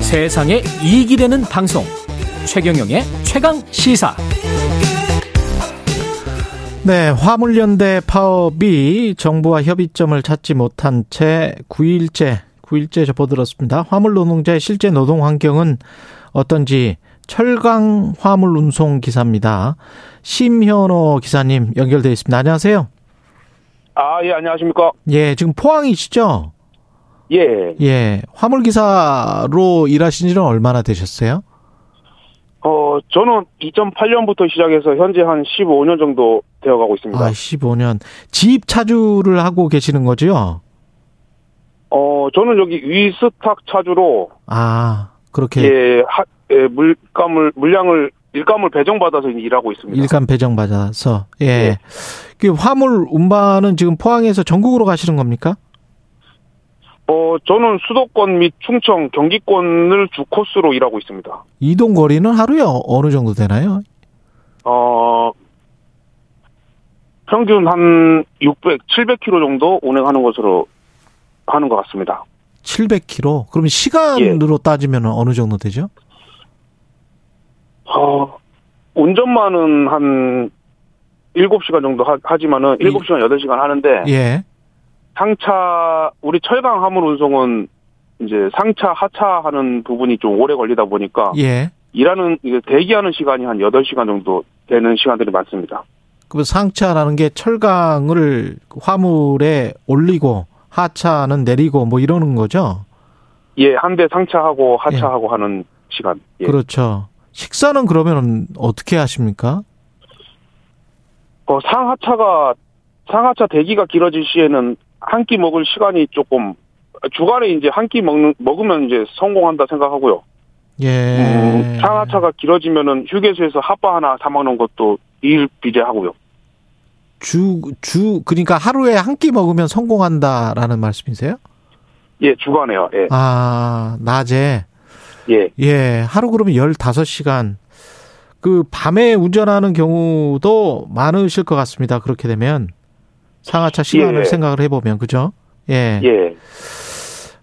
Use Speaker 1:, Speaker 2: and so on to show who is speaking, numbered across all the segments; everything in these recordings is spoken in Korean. Speaker 1: 세상에 이익이 되는 방송 최경영의 최강 시사
Speaker 2: 네, 화물연대 파업이 정부와 협의점을 찾지 못한 채 9일째, 9일째 접어들었습니다. 화물노동자의 실제 노동 환경은 어떤지 철강 화물 운송 기사입니다. 심현호 기사님 연결돼 있습니다. 안녕하세요.
Speaker 3: 아, 예, 안녕하십니까.
Speaker 2: 예, 지금 포항이시죠?
Speaker 3: 예.
Speaker 2: 예, 화물 기사로 일하신 지는 얼마나 되셨어요?
Speaker 3: 어, 저는 2008년부터 시작해서 현재 한 15년 정도 되어 가고 있습니다.
Speaker 2: 아, 15년. 지입 차주를 하고 계시는 거죠?
Speaker 3: 어, 저는 여기 위스탁 차주로
Speaker 2: 아, 그렇게
Speaker 3: 예, 하, 예, 물감을 물량을 일감을 배정받아서 일하고 있습니다.
Speaker 2: 일감 배정 받아서 예.
Speaker 3: 예.
Speaker 2: 그 화물 운반은 지금 포항에서 전국으로 가시는 겁니까?
Speaker 3: 어, 저는 수도권 및 충청, 경기권을 주 코스로 일하고 있습니다.
Speaker 2: 이동 거리는 하루에 어- 어느 정도 되나요?
Speaker 3: 어, 평균 한 600, 700km 정도 운행하는 것으로 하는 것 같습니다.
Speaker 2: 700km. 그럼 시간으로
Speaker 3: 예.
Speaker 2: 따지면 어느 정도 되죠?
Speaker 3: 어, 운전만은 한 7시간 정도 하, 하지만은
Speaker 2: 예.
Speaker 3: 7시간, 8시간 하는데
Speaker 2: 예.
Speaker 3: 상차 우리 철강 화물 운송은 이제 상차 하차 하는 부분이 좀 오래 걸리다 보니까
Speaker 2: 예.
Speaker 3: 일하는 이제 대기하는 시간이 한 8시간 정도 되는 시간들이 많습니다.
Speaker 2: 그럼 상차라는 게 철강을 화물에 올리고 하차는 내리고 뭐 이러는 거죠?
Speaker 3: 예, 한 대 상차하고 하차하고 하는 시간. 예.
Speaker 2: 예. 그렇죠. 식사는 그러면 어떻게 하십니까?
Speaker 3: 어, 상하차가 상하차 대기가 길어질 시에는 한 끼 먹을 시간이 조금 주간에 이제 한 끼 먹는 먹으면 이제 성공한다 생각하고요.
Speaker 2: 예.
Speaker 3: 음, 상하차가 길어지면은 휴게소에서 핫바 하나 사 먹는 것도 일비제하고요.
Speaker 2: 주, 주, 그러니까 하루에 한 끼 먹으면 성공한다라는 말씀이세요?
Speaker 3: 예, 주간에요. 예,
Speaker 2: 아, 낮에.
Speaker 3: 예.
Speaker 2: 예, 하루 그러면 15시간. 그, 밤에 운전하는 경우도 많으실 것 같습니다. 그렇게 되면. 상하차 시간을
Speaker 3: 예.
Speaker 2: 생각을 해보면, 그죠? 예.
Speaker 3: 예,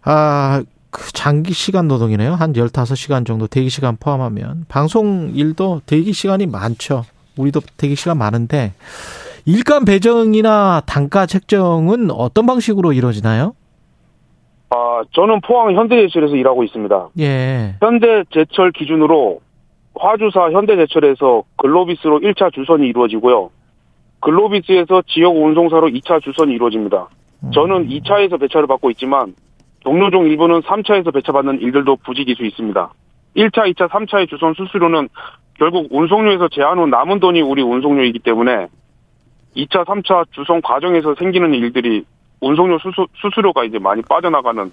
Speaker 2: 아, 그 장기 시간 노동이네요. 한 15시간 정도 대기시간 포함하면. 방송 일도 대기시간이 많죠. 우리도 대기시간 많은데. 일감 배정이나 단가 책정은 어떤 방식으로 이루어지나요?
Speaker 3: 아, 저는 포항 현대제철에서 일하고 있습니다.
Speaker 2: 예.
Speaker 3: 현대제철 기준으로 화주사 현대제철에서 글로비스로 1차 주선이 이루어지고요. 글로비스에서 지역 운송사로 2차 주선이 이루어집니다. 저는 2차에서 배차를 받고 있지만 동료종 일부는 3차에서 배차받는 일들도 부지기수 있습니다. 1차, 2차, 3차의 주선 수수료는 결국 운송료에서 제한 후 남은 돈이 우리 운송료이기 때문에 2차, 3차 주선 과정에서 생기는 일들이 운송료 수수, 수수료가 이제 많이 빠져나가는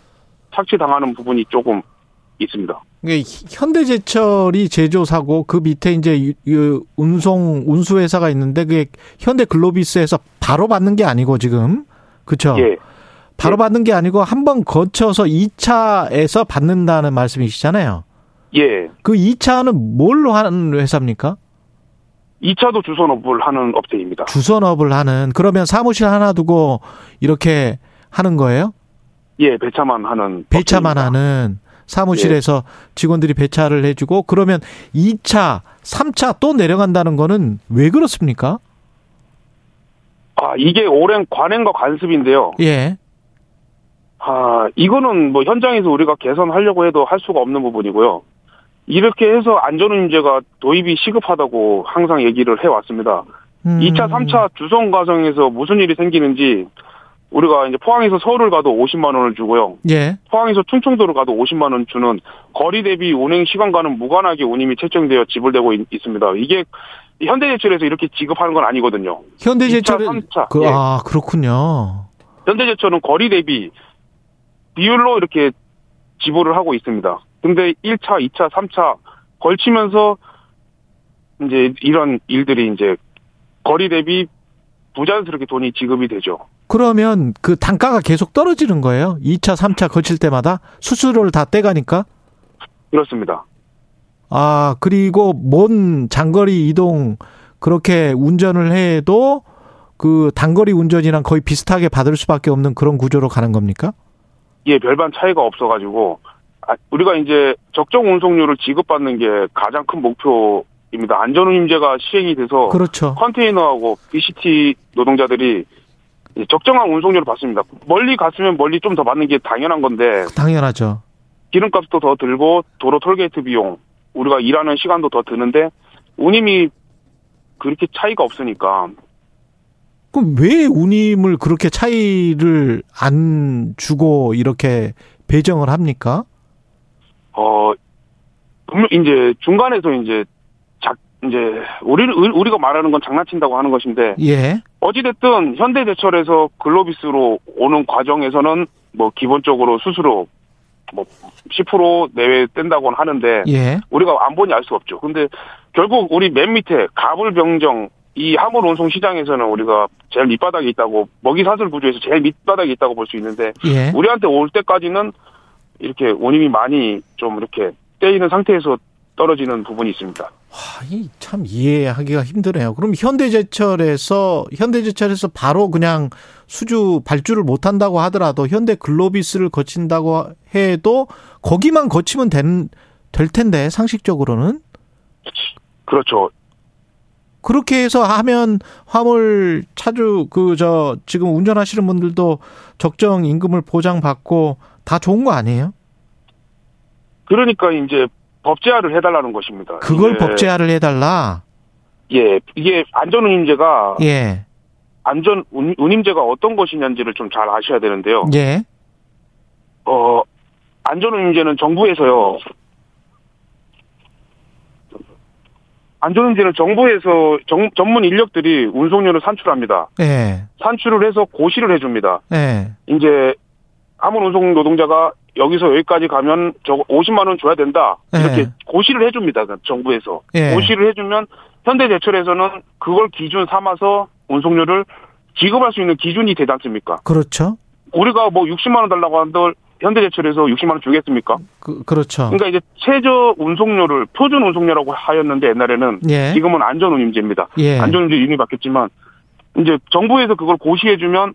Speaker 3: 착취당하는 부분이 조금 있습니다.
Speaker 2: 이게 현대제철이 제조사고 그 밑에 이제 유- 유- 운송 운수 회사가 있는데 그게 현대글로비스에서 바로 받는 게 아니고 지금 그렇죠.
Speaker 3: 예,
Speaker 2: 바로 받는 게 아니고 한 번 거쳐서 2차에서 받는다는 말씀이시잖아요.
Speaker 3: 예.
Speaker 2: 그 2차는 뭘로 하는 회사입니까?
Speaker 3: 2차도 주선업을 하는 업체입니다.
Speaker 2: 주선업을 하는 그러면 사무실 하나 두고 이렇게 하는 거예요?
Speaker 3: 예, 배차만 하는.
Speaker 2: 배차만
Speaker 3: 업체입니다. 예.
Speaker 2: 하는 사무실에서 직원들이 배차를 해주고 그러면 2차, 3차 또 내려간다는 거는 왜 그렇습니까?
Speaker 3: 아, 이게 오랜 관행과 관습인데요.
Speaker 2: 예.
Speaker 3: 아, 이거는 뭐 현장에서 우리가 개선하려고 해도 할 수가 없는 부분이고요. 이렇게 해서 안전운임제가 도입이 시급하다고 항상 얘기를 해왔습니다.
Speaker 2: 음.
Speaker 3: 2차, 3차 주선 과정에서 무슨 일이 생기는지 우리가 이제 포항에서 서울을 가도 50만 원을 주고요.
Speaker 2: 예.
Speaker 3: 포항에서 충청도를 가도 50만 원 주는 거리 대비 운행 시간과는 무관하게 운임이 책정되어 지불되고 있, 습니다 이게 현대제철에서 이렇게 지급하는 건 아니거든요.
Speaker 2: 현대제철은
Speaker 3: 2차, 3차.
Speaker 2: 그,
Speaker 3: 예.
Speaker 2: 아 그렇군요.
Speaker 3: 현대제철은 거리 대비 비율로 이렇게 지불을 하고 있습니다. 근데 1차, 2차, 3차 걸치면서 이제 이런 일들이 이제 거리 대비 부자연스럽게 돈이 지급이 되죠.
Speaker 2: 그러면 그 단가가 계속 떨어지는 거예요? 2차, 3차 거칠 때마다 수수료를 다 떼가니까.
Speaker 3: 그렇습니다.
Speaker 2: 아 그리고 먼 장거리 이동 그렇게 운전을 해도 그 단거리 운전이랑 거의 비슷하게 받을 수밖에 없는 그런 구조로 가는 겁니까?
Speaker 3: 예, 별반 차이가 없어가지고 아, 우리가 이제 적정 운송료를 지급받는 게 가장 큰 목표입니다. 안전운임제가 시행이 돼서
Speaker 2: 그렇죠.
Speaker 3: 컨테이너하고 BCT 노동자들이 이 적정한 운송료를 받습니다. 멀리 갔으면 멀리 좀 더 받는 게 당연한 건데
Speaker 2: 당연하죠.
Speaker 3: 기름값도 더 들고 도로 톨게이트 비용 우리가 일하는 시간도 더 드는데 운임이 그렇게 차이가 없으니까
Speaker 2: 그럼 왜 운임을 그렇게 차이를 안 주고 이렇게 배정을 합니까?
Speaker 3: 어 분명 이제 중간에서 이제 작 이제 우리 우리가 말하는 건 장난친다고 하는 것인데
Speaker 2: 예.
Speaker 3: 어찌됐든 현대제철에서 글로비스로 오는 과정에서는 뭐 기본적으로 수수료 뭐 10% 내외 뗀다고는 하는데
Speaker 2: 예.
Speaker 3: 우리가 안 보니 알 수 없죠. 근데 결국 우리 맨 밑에 가불병정 이 화물 운송 시장에서는 우리가 제일 밑바닥에 있다고 먹이 사슬 구조에서 제일 밑바닥에 있다고 볼 수 있는데
Speaker 2: 예.
Speaker 3: 우리한테 올 때까지는 이렇게 원임이 많이 좀 이렇게 떼이는 상태에서 떨어지는 부분이 있습니다.
Speaker 2: 하, 이 참 이해하기가 힘드네요. 그럼 현대제철에서 현대제철에서 바로 그냥 수주 발주를 못 한다고 하더라도 현대 글로비스를 거친다고 해도 거기만 거치면 된, 될 텐데 상식적으로는
Speaker 3: 그렇죠.
Speaker 2: 그렇게 해서 하면 화물 차주 그 저 지금 운전하시는 분들도 적정 임금을 보장받고 다 좋은 거 아니에요?
Speaker 3: 그러니까 이제 법제화를 해달라는 것입니다.
Speaker 2: 그걸
Speaker 3: 이게-
Speaker 2: 법제화를 해달라.
Speaker 3: 예, 이게 안전운임제가
Speaker 2: 예,
Speaker 3: 안전 운- 운임제가 어떤 것이냐는지를 좀 잘 아셔야 되는데요.
Speaker 2: 예,
Speaker 3: 어, 안전운임제는 정부에서요. 안전운임제는 정부에서 정- 전문 인력들이 운송료를 산출합니다.
Speaker 2: 예,
Speaker 3: 산출을 해서 고시를 해줍니다.
Speaker 2: 예,
Speaker 3: 이제 아무 운송 노동자가 여기서 여기까지 가면 저 50만 원 줘야 된다 이렇게
Speaker 2: 네.
Speaker 3: 고시를 해줍니다. 그 정부에서
Speaker 2: 예.
Speaker 3: 고시를 해주면 현대제철에서는 그걸 기준 삼아서 운송료를 지급할 수 있는 기준이 되지 않습니까?
Speaker 2: 그렇죠.
Speaker 3: 우리가 뭐 60만 원 달라고 한들 현대제철에서 60만 원 주겠습니까?
Speaker 2: 그, 그렇죠.
Speaker 3: 그러니까 이제 최저 운송료를 표준 운송료라고 하였는데 옛날에는
Speaker 2: 예,
Speaker 3: 지금은 안전운임제입니다.
Speaker 2: 예,
Speaker 3: 안전운임제 이름이 바뀌었지만 이제 정부에서 그걸 고시해주면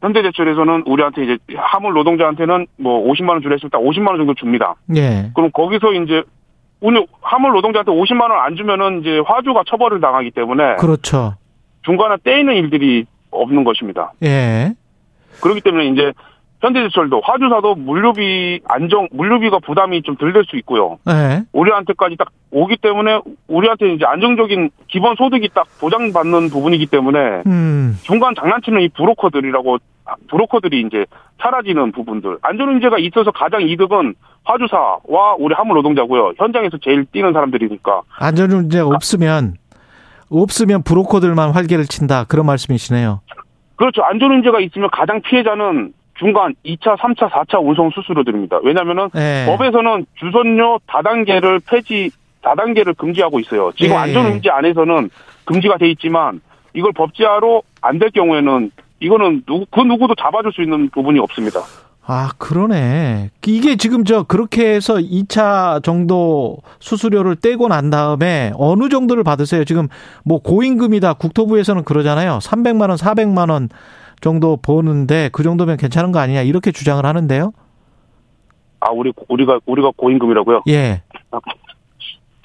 Speaker 3: 현대제철에서는 우리한테 이제 화물 노동자한테는 뭐 50만 원 주려 했으면 딱 50만 원 정도 줍니다.
Speaker 2: 예,
Speaker 3: 그럼 거기서 이제 오늘 화물 노동자한테 50만 원 안 주면은 이제 화주가 처벌을 당하기 때문에
Speaker 2: 그렇죠.
Speaker 3: 중간에 떼이는 일들이 없는 것입니다.
Speaker 2: 예,
Speaker 3: 그렇기 때문에 이제 현대제철도 화주사도 물류비 안정 물류비가 부담이 좀 덜 될 수 있고요.
Speaker 2: 예,
Speaker 3: 우리한테까지 딱 오기 때문에 우리한테 이제 안정적인 기본 소득이 딱 보장받는 부분이기 때문에
Speaker 2: 음,
Speaker 3: 중간 장난치는 이 브로커들이라고 브로커들이 이제 사라지는 부분들 안전운제가 있어서 가장 이득은 화주사와 우리 화물 노동자고요 현장에서 제일 뛰는 사람들이니까
Speaker 2: 안전운제 없으면 없으면 브로커들만 활개를 친다 그런 말씀이시네요.
Speaker 3: 그렇죠 안전운제가 있으면 가장 피해자는 중간 2차, 3차, 4차 운송 수수료들입니다 왜냐면은
Speaker 2: 예,
Speaker 3: 법에서는 주선료 다단계를 폐지 다단계를 금지하고 있어요 지금
Speaker 2: 예.
Speaker 3: 안전운제 안에서는 금지가 돼 있지만 이걸 법제화로 안 될 경우에는 이거는 누구, 그 누구도 잡아줄 수 있는 부분이 없습니다.
Speaker 2: 아, 그러네. 이게 지금 저 그렇게 해서 2차 정도 수수료를 떼고 난 다음에 어느 정도를 받으세요? 지금 뭐 고임금이다 국토부에서는 그러잖아요. 300만 원, 400만 원 정도 버는데 그 정도면 괜찮은 거 아니냐 이렇게 주장을 하는데요.
Speaker 3: 아, 우리, 우리가, 우리가 고임금이라고요?
Speaker 2: 예.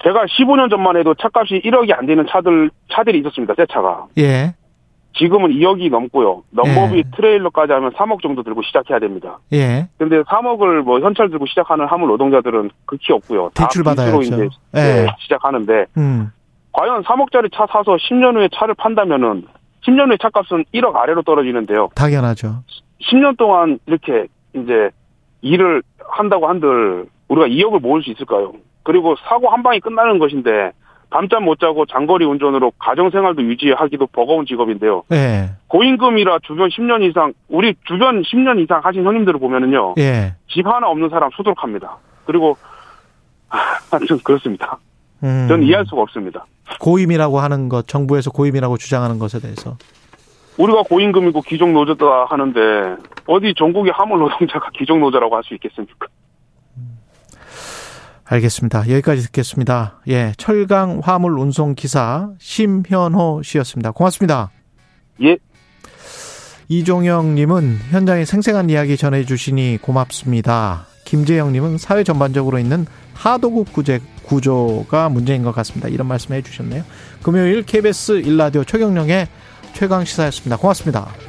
Speaker 3: 제가 15년 전만 해도 차값이 1억이 안 되는 차들, 차들이 있었습니다, 새 차가.
Speaker 2: 예. 지금은
Speaker 3: 2억이 넘고요. 넘버비
Speaker 2: 예.
Speaker 3: 트레일러까지 하면 3억 정도 들고 시작해야 됩니다.
Speaker 2: 예.
Speaker 3: 근데 3억을 뭐 현찰 들고 시작하는 화물 노동자들은 극히 없고요. 다
Speaker 2: 대출
Speaker 3: 빚으로
Speaker 2: 받아야죠.
Speaker 3: 그 이제
Speaker 2: 예.
Speaker 3: 네, 시작하는데,
Speaker 2: 음.
Speaker 3: 과연 3억짜리 차 사서 10년 후에 차를 판다면은, 10년 후에 차값은 1억 아래로 떨어지는데요.
Speaker 2: 당연하죠.
Speaker 3: 10년 동안 이렇게 이제 일을 한다고 한들 우리가 2억을 모을 수 있을까요? 그리고 사고 한 방이 끝나는 것인데 밤잠 못 자고 장거리 운전으로 가정 생활도 유지하기도 버거운 직업인데요.
Speaker 2: 예.
Speaker 3: 고임금이라 주변 10년 이상 우리 주변 10년 이상 하신 형님들을 보면은요
Speaker 2: 예.
Speaker 3: 집 하나 없는 사람 수두룩합니다. 그리고 하여튼 그렇습니다.
Speaker 2: 음.
Speaker 3: 저는 이해할 수가 없습니다.
Speaker 2: 고임이라고 하는 것 정부에서 고임이라고 주장하는 것에 대해서
Speaker 3: 우리가 고임금이고 기종 노조다 하는데 어디 전국의 화물 노동자가 기종 노조라고 할 수 있겠습니까?
Speaker 2: 알겠습니다. 여기까지 듣겠습니다. 예, 철강 화물 운송 기사 심현호 씨였습니다. 고맙습니다.
Speaker 3: 예,
Speaker 2: 이종영 님은 현장의 생생한 이야기 전해 주시니 고맙습니다. 김재영님은 사회 전반적으로 있는 하도급 구제 구조가 문제인 것 같습니다. 이런 말씀해 주셨네요. 금요일 KBS 일라디오 최경령의 최강 시사였습니다. 고맙습니다.